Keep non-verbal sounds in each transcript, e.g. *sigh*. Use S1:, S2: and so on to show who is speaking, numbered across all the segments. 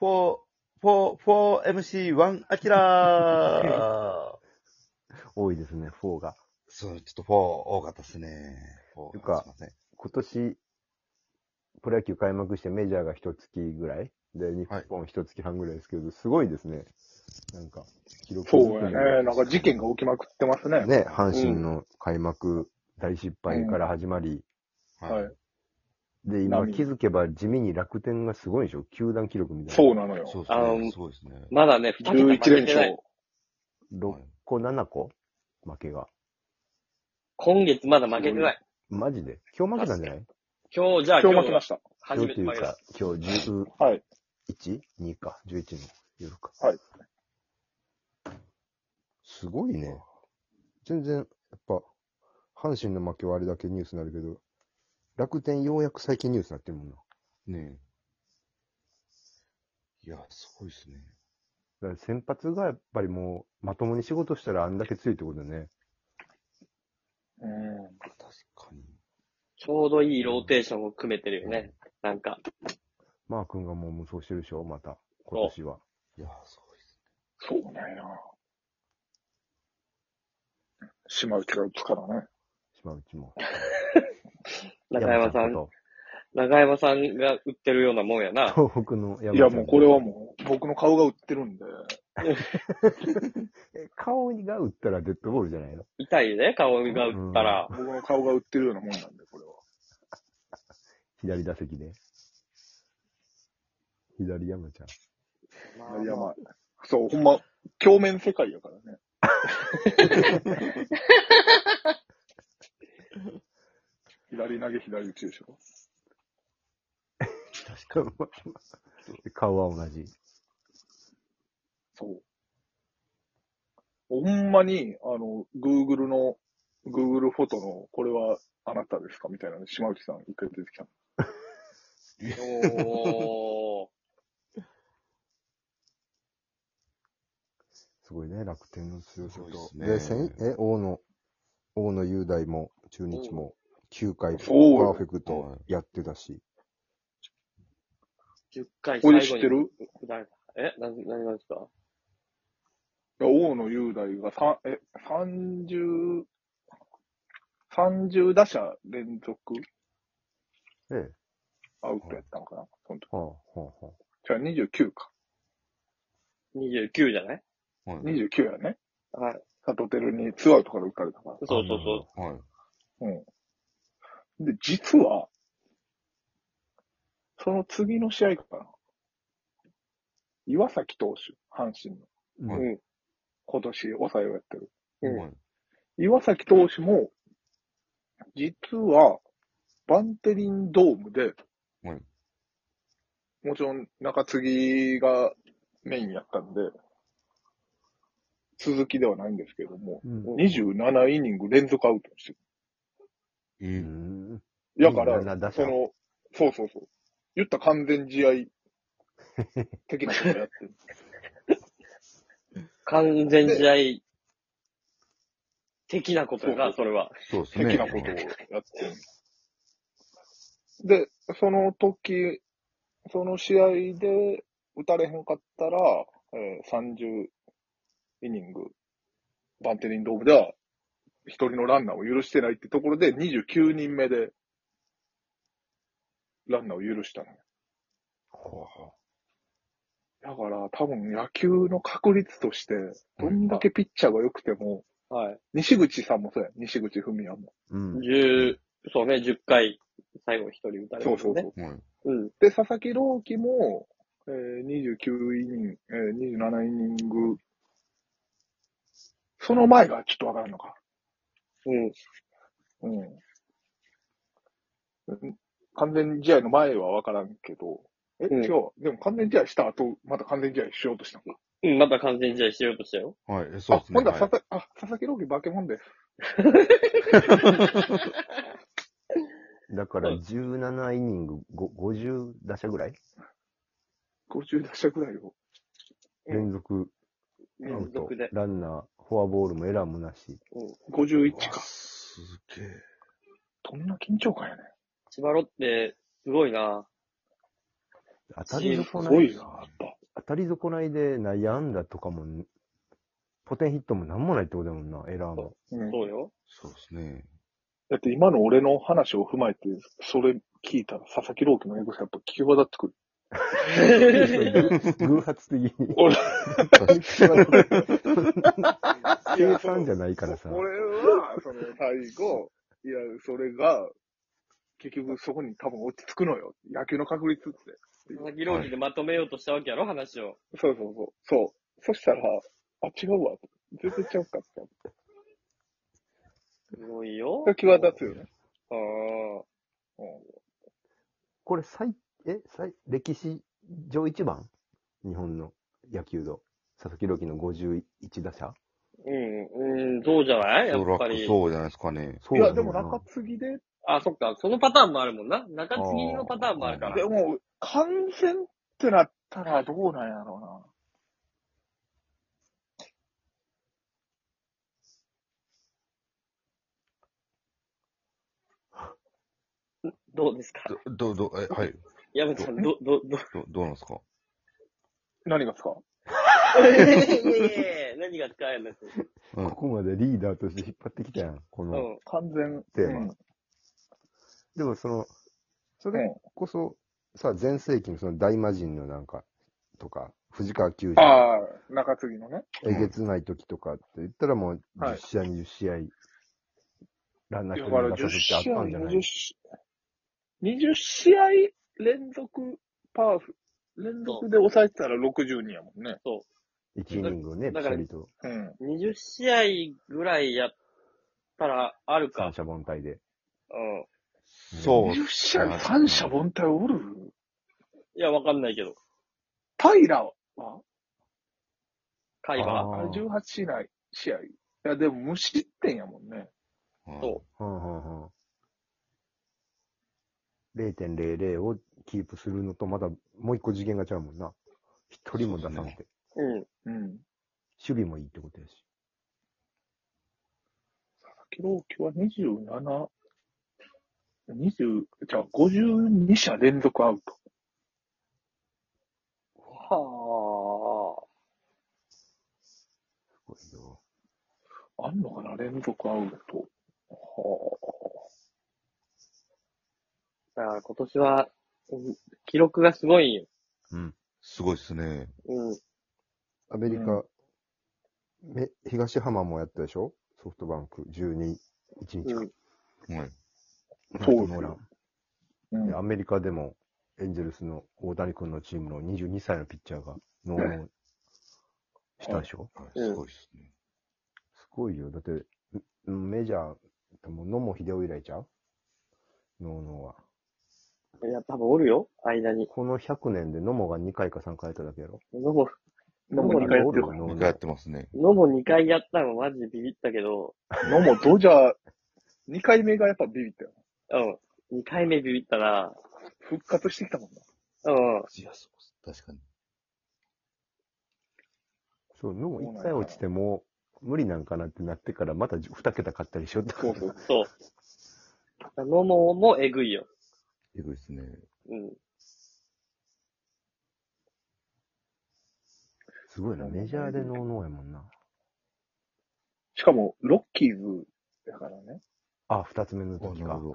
S1: 4、4、4MC1 アキラー
S2: 多いですね、4が。
S1: *laughs* そう、ちょっと4多かったですね。4が
S2: て今年、プロ野球開幕してメジャーが一月ぐらいで、日本一月半ぐらいですけど、すごいですね。なんか、記録
S3: そう
S2: 作
S3: や
S2: り
S3: ね。なんか事件が起きまくってますね。
S2: ね、阪神の開幕大失敗から始まり、
S1: す
S3: はい。
S2: で、今
S3: 波
S2: 気づけば地味に楽天がすごいでしょ球団記録みたいな。
S3: そうなのよ。
S1: そうです
S4: あ
S1: ね。
S4: の
S1: すごいですね。
S4: まだね、二桁負けて
S3: 11連
S4: ない
S3: 勝。
S2: 6個、7個負けが。
S4: 今月まだ負けてない。
S2: マジで今日負けたんじゃない
S4: 今日、じゃあ
S3: 今日負
S4: 今日
S3: けました。
S2: 今
S4: 初
S2: 日
S4: め
S2: って
S4: て
S2: い
S4: 負け
S2: う
S4: ま
S2: か
S4: す。、
S2: 今日11、
S3: はい。
S2: 2か、11の夜か。
S3: はい。
S2: すごいね。全然、やっぱ、阪神の負けはあれだけニュースになるけど、楽天ようやく最近ニュースになってるもんな。だ
S1: ねえ。いや、すごいですね。
S2: から先発がやっぱりもう、まともに仕事したらあんだけ強いってことだね。
S3: うん。
S1: 確かに。
S4: ちょうどいいローテーションを組めてるよね。なんか、
S2: マー君がもう無双してるでしょ、また、今年は。
S1: いや、すごいです
S3: そうねな。島内が打つからね。
S2: 島内も。
S4: 中山さん、
S2: 山
S4: 中山さんが売ってるようなもん
S3: *laughs*
S4: やな。
S2: と東北の山
S3: い
S2: ちゃ
S3: や、
S2: ん
S3: もうこれはもう、僕の顔が打ってるんで。
S2: え顔が打ったらデッドボールじゃないの
S4: 痛いね、顔が打ったら。
S3: 僕の顔が売ってるようなもんなんで、これは。
S2: 左打席で。左山ちゃん。
S4: まあ
S3: いや、まあ、そう、ほんま、鏡面世界や *laughs* からね。左投げ、左打ちでしょ。
S2: 確かに。顔は同じ。
S3: そう。ほんまに、あの、Google の、Google フォトの、これはあなたですかみたいなの、島内さん一回出てきたの。
S4: おー。
S2: すごいね、楽天の強さと。
S1: すごいですね
S2: せんえ、大野、大野雄大も中日も9回パ
S3: そう
S2: ーフェクトやってたし、
S4: 10回
S3: こ
S4: 最後
S3: れ知
S4: に。
S3: ってる
S4: 誰だえ、な、何なんですか
S3: いや大野雄大がさえ30、30打者連続
S2: ええ、
S3: アウトやったのかな、その時。
S2: はあ、はあ、は
S3: じゃあ29か。
S4: ?29 じゃない
S1: ね。はい。
S3: 29やね。
S4: はい。
S3: サトテルにツーアウトから打たれたから。
S4: そうそうそう。
S1: はい。
S3: うん。で、実は、その次の試合かな。岩崎投手、阪神の。
S2: あ。
S4: うん。
S3: 今年抑えをやってる。
S4: うん
S1: はい
S3: 岩崎投手も、実は、バンテリンドームで、
S1: はい
S3: もちろん中継ぎがメインやったんで、続きではないんですけども、
S2: うん。
S3: 27イニング連続アウトにして
S1: え
S2: う
S1: ー
S2: ん。
S3: る。だから、
S2: ら、打者
S3: その、そうそうそう。言った完全試合的なことやってる。
S4: 完全試合的なことや
S3: そ
S4: な、
S3: う
S4: それは。
S1: そうですね。
S3: 的なことをやってる。 *laughs* で、その時、その試合で打たれへんかったら、えー30イニング、バンテリンドームでは、一人のランナーを許してないってところで、29人目で、ランナーを許したのよ。
S2: ほうほ
S3: だから、多分野球の確率として、どんだけピッチャーが良くても、
S4: はい。
S3: 西口さんもそうや、西口文也も。
S2: ううん。
S4: 10、そうね、10回、最後一人打たれる、
S3: そう
S4: ね。
S3: そうそう。
S1: はい。
S4: うん。
S3: で、佐々木朗希も、えー、29イニング、えー、27イニング、その前がちょっとわからんのか。
S4: うん。
S3: うん。うん完全試合の前はわからんけど、え、
S4: うん
S3: 違うわ。でも完全試合した後、また完全試合しようとしたのか。
S4: うん、また完全試合しようとしたよ。
S1: はい。えそうですね。
S3: あ、ほんだ
S1: は
S3: ら
S1: い
S3: 佐々、あ、佐々木朗希化け物です。
S2: だから17イニングご50打者ぐらい
S3: 50打者ぐらいを。
S4: うん
S2: 連続アウ
S4: 連
S2: ト
S4: 続で、。
S2: ランナー、フォアボールもエラーもなし。
S4: うん。
S3: 51
S1: うわ
S3: か。
S1: すげえ。
S3: どんな緊張感やね。
S4: 千葉ロッテ、すごいな。
S2: 当たりの
S3: す
S2: そうな
S3: ごいな、やっぱ。
S2: たり損ないで内野安打とかも、ポテンヒットもなんもないってことだもんな、エラーも。
S3: うん
S4: そうよ。
S1: そうですね。
S3: だって今の俺の話を踏まえて、それ聞いたら佐々木朗希のエグさやっぱ聞き渡ってくる。
S2: 偶発的に。
S3: 俺、
S2: 計算じゃないからさ。
S3: *laughs* 俺は、その最後、いや、それが、結局そこに多分落ち着くのよ。野球の確率って。
S4: 佐々木朗希でまとめようとしたわけやろ、話を。
S3: そうそうそう。そう。そしたら、あ、違うわ。全然ちゃうかって。
S4: すごいよ。
S3: それ際立つよね。
S4: ああ。
S3: う
S2: これ最、え、最、歴史上一番日本の野球道。佐々木朗希の51打者
S4: うん、うん、そうじゃないやっぱり。
S1: そうじゃないですかね。
S2: そ
S3: ん。
S2: う
S3: い
S2: だ
S3: や、
S2: よ
S3: でも
S2: な
S3: 中継ぎで、
S4: あ、そっか。そのパターンもあるもんな。中継ぎのパターンもあるか
S1: は
S4: ら
S3: で。も、完全ってなったらどうなんやろ
S4: どうですか
S1: ど、ど、どえ、はい。
S4: 山田さん、ど、ど、ど、
S1: ど、どうなんですか
S3: うな。何がですか
S4: いやいやいや何が使えるんです
S1: うん
S2: ここまでリーダーとして引っ張ってきたやん。こ
S4: う
S2: の、
S4: ん。
S3: 完全。
S2: テーマ
S3: うん。
S2: でもその、そ
S3: うん
S2: れこそ、さ、前世紀のその大魔神のなんか、とか、藤川球児
S3: ああ、中継ぎのね。
S2: えげつない時とかって言ったらもう、
S3: はい
S2: 10試合、20試合、ランナー
S3: いや
S2: 一
S3: だから
S2: 人出
S3: 10
S2: させ
S3: 試
S2: てあっ
S3: 合、
S2: たんじゃな
S3: 20
S2: い
S3: 試合、20試合連続パーフ、連続で抑えてたら60人やもんね。
S2: 一イニングをね、
S4: だ
S2: ぴし
S4: から
S2: ゃりと
S3: うん。
S4: 20試合ぐらいやったらあるか
S2: 三。者凡退で。
S4: うん。
S1: そう。
S3: 20試合、三者凡退おる
S4: いや、わかんないけど。
S3: 平は
S4: 海馬。
S2: あー
S3: ?18 試合、試合。いや、でも無失点やもんね。
S4: そ
S2: うんうんうん0.00をキープするのと、まだもう一個次元がちゃうもんな。一人も出さなくて、
S4: う。
S3: う
S4: うん。
S3: ん。
S2: 守備もいいってことやし。
S3: 佐々木朗希は27、20、じゃあ52者連続アウト。
S4: はあ。
S2: すごいよ。
S3: あんのかな連続アウト。は
S4: だから今年は、うん記録がすごいんよ。
S1: うん。すごいですね。
S4: うん。
S2: アメリカ、
S3: う
S2: め東浜もやったでしょソフトバンク12、1日
S4: う
S2: 間
S4: ん。
S1: はい。
S3: あ。そ
S2: ノ
S3: うです
S2: ーラ
S3: よ
S2: ン。
S3: うん
S2: でアメリカでも、エンジェルスの大谷君のチームの22歳のピッチャーがノーランしたでしょ、
S1: はい
S4: うん
S1: すごいですね。
S2: すごいよ。だって、んメジャー、もう野茂秀夫以来ちゃうノーノーは。
S4: いや、多分おるよ。間に。
S2: この100年で野茂が2回か3回やっただけやろ
S4: のも、
S3: 野茂2回やってる
S2: お。よ
S1: もう一
S2: 野茂
S1: 回やってますね。
S4: のも2回やったのマジでビビったけど、
S3: 野茂ドジャー、2回目がやっぱビビったよ。
S4: うん。2回目ビビったら、
S3: 復活してきたもんな。
S4: うん。
S1: いや、そうです。確かに。
S2: そう、野茂1回落ちても無理なんかなってなってからまた2桁買ったりしよったから。
S3: そう。
S4: そう。のももえぐいよ。
S1: えぐいですね。
S4: うん。
S2: すごいな。メジャーでノーノーやもんな。
S3: しかも、ロッキーズだからね、
S2: あ、2つ目の
S1: あ
S2: 時
S1: なる
S2: か
S1: ほ。ど。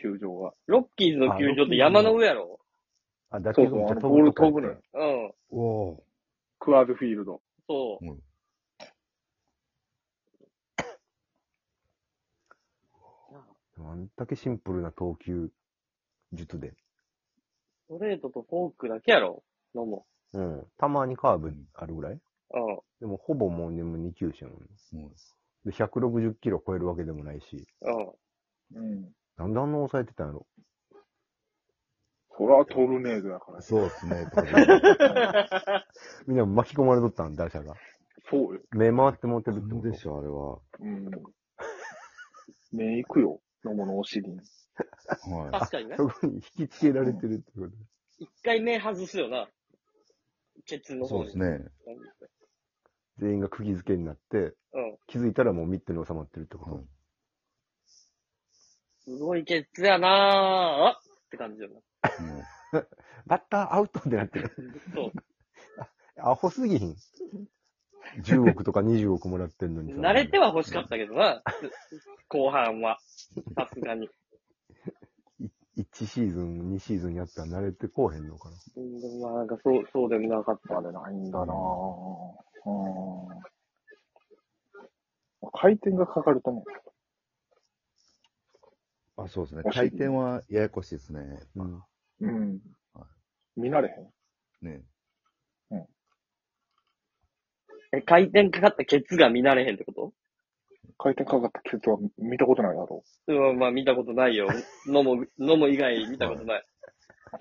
S3: 球場が。
S4: ロッキーズの球場って山の上やろ
S2: あ、打
S3: そ
S2: 球
S3: う
S2: が
S3: そう
S2: めっ、ち
S3: あ
S2: ゃ飛
S3: のボー
S2: ぶとかや
S3: ル飛
S2: っ
S3: ぶ
S2: て
S3: のよ。
S4: うん。
S1: おー。
S3: クワードフィールド。
S4: そう。
S1: うん
S2: あんだけシンプルな投球術で。
S4: ストレートとフォークだけやろのも。
S2: うん。たまにカーブあるぐらい
S4: うん。
S2: でもほぼもうね、もう2球種やもん。
S1: うん
S2: で、160キロ超えるわけでもないし。
S4: うん。
S3: うん。
S2: なんであんな抑えてたんやろ
S3: そらトルネードだから。
S1: そうです *laughs* ね。
S2: みんな巻き込まれとったん、打者が。
S3: そうよ。
S2: 目回って持ってるって
S1: な
S2: こ
S1: ん
S2: と
S1: でしょう、あれは。
S3: うん。目行くよ。野茂のお尻に。
S1: は
S4: 確かにね。
S2: そこに引きつけられてるってこと。
S4: 一回目外すよな。ケツの
S1: い。そ
S4: 方
S1: う
S4: に
S1: です。ね。
S2: 全員が釘付けになって、
S4: うん。
S2: 気づいたらもうミットに収まってるってこと。
S1: はい
S4: すごいケツやなぁ。あって感じよな。
S1: もう
S2: バッターアウトってなってる。
S4: そう。
S2: アホすぎひん。10億とか20億もらってんのにさ。
S4: 慣れては欲しかったけどな、後半は。さすがに。
S2: 1シーズン、2シーズンやったら慣れてこうへんのかな。
S4: うんでもまあなんかそう、そうでもなかっ
S3: あ
S4: た。
S3: れないんだなぁ。うん。回転がかかると思
S1: あ、そうですね。回転はややこしいですね。
S2: うん。
S3: う。うん
S1: は。
S3: 見慣れへ
S1: ね。
S4: え、回転かかったケツが見慣れへんってこと
S3: ん。回転かかったケツは見たことないだろ
S4: うん、まあ見たことないよ。飲む、飲む以外見たことない。
S3: う。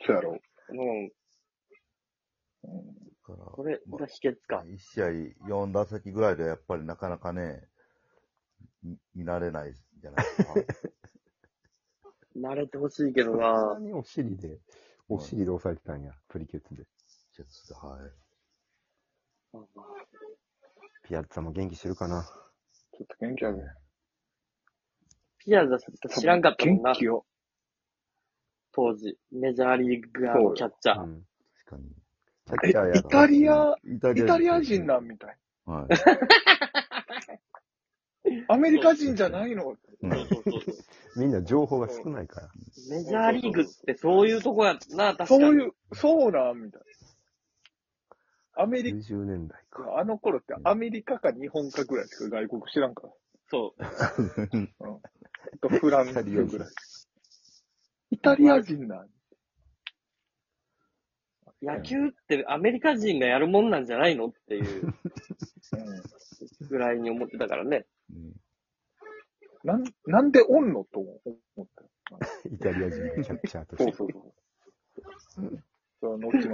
S3: そうやろ
S4: うん、
S3: う。う
S1: だから
S4: これが秘訣か。
S1: 1試合4打席ぐらいでやっぱりなかなかね、み見慣れないじゃない
S3: *laughs*
S1: ですか。
S4: 慣れてほしいけど
S2: そんな
S4: な
S2: にお尻で、お尻で押さえてたんや。プリケツで。
S1: ジェッツではい。
S2: ピアッツァも元気してるかな。
S3: ん。ちょっと元気ある。
S4: ピアザさんって知らんかったもんな
S3: 元、気よ。
S4: 当時。メジャーリーグのキャッチャー。
S2: ん。
S1: 確かに。
S2: キャッ
S3: え、イ
S2: チャーやから
S3: タリア、
S1: イタ
S3: イタリア人なんみたい。
S1: は
S3: アメリカ人じゃないの
S1: い。
S4: そうそうそう
S2: みんな情報が少ないから。
S4: メジャーリーグってそういうとこやな、確かに。
S3: そういう、そうなんみたい。アメリ
S2: 90年代か。
S3: カ、あの頃ってアメリカか日本かぐらいしか外国知らんから。
S4: そう。
S3: あとフランスぐらい。イタリア人なん
S4: 野球ってアメリカ人がやるもんなんじゃないのっていう
S3: う
S4: ぐらいに思ってたからね。
S1: うん
S3: ん。なん、なんでおんのと思った。
S2: イタリア人のキャッチャーとして
S4: *laughs*
S3: そう。そうそう。その後の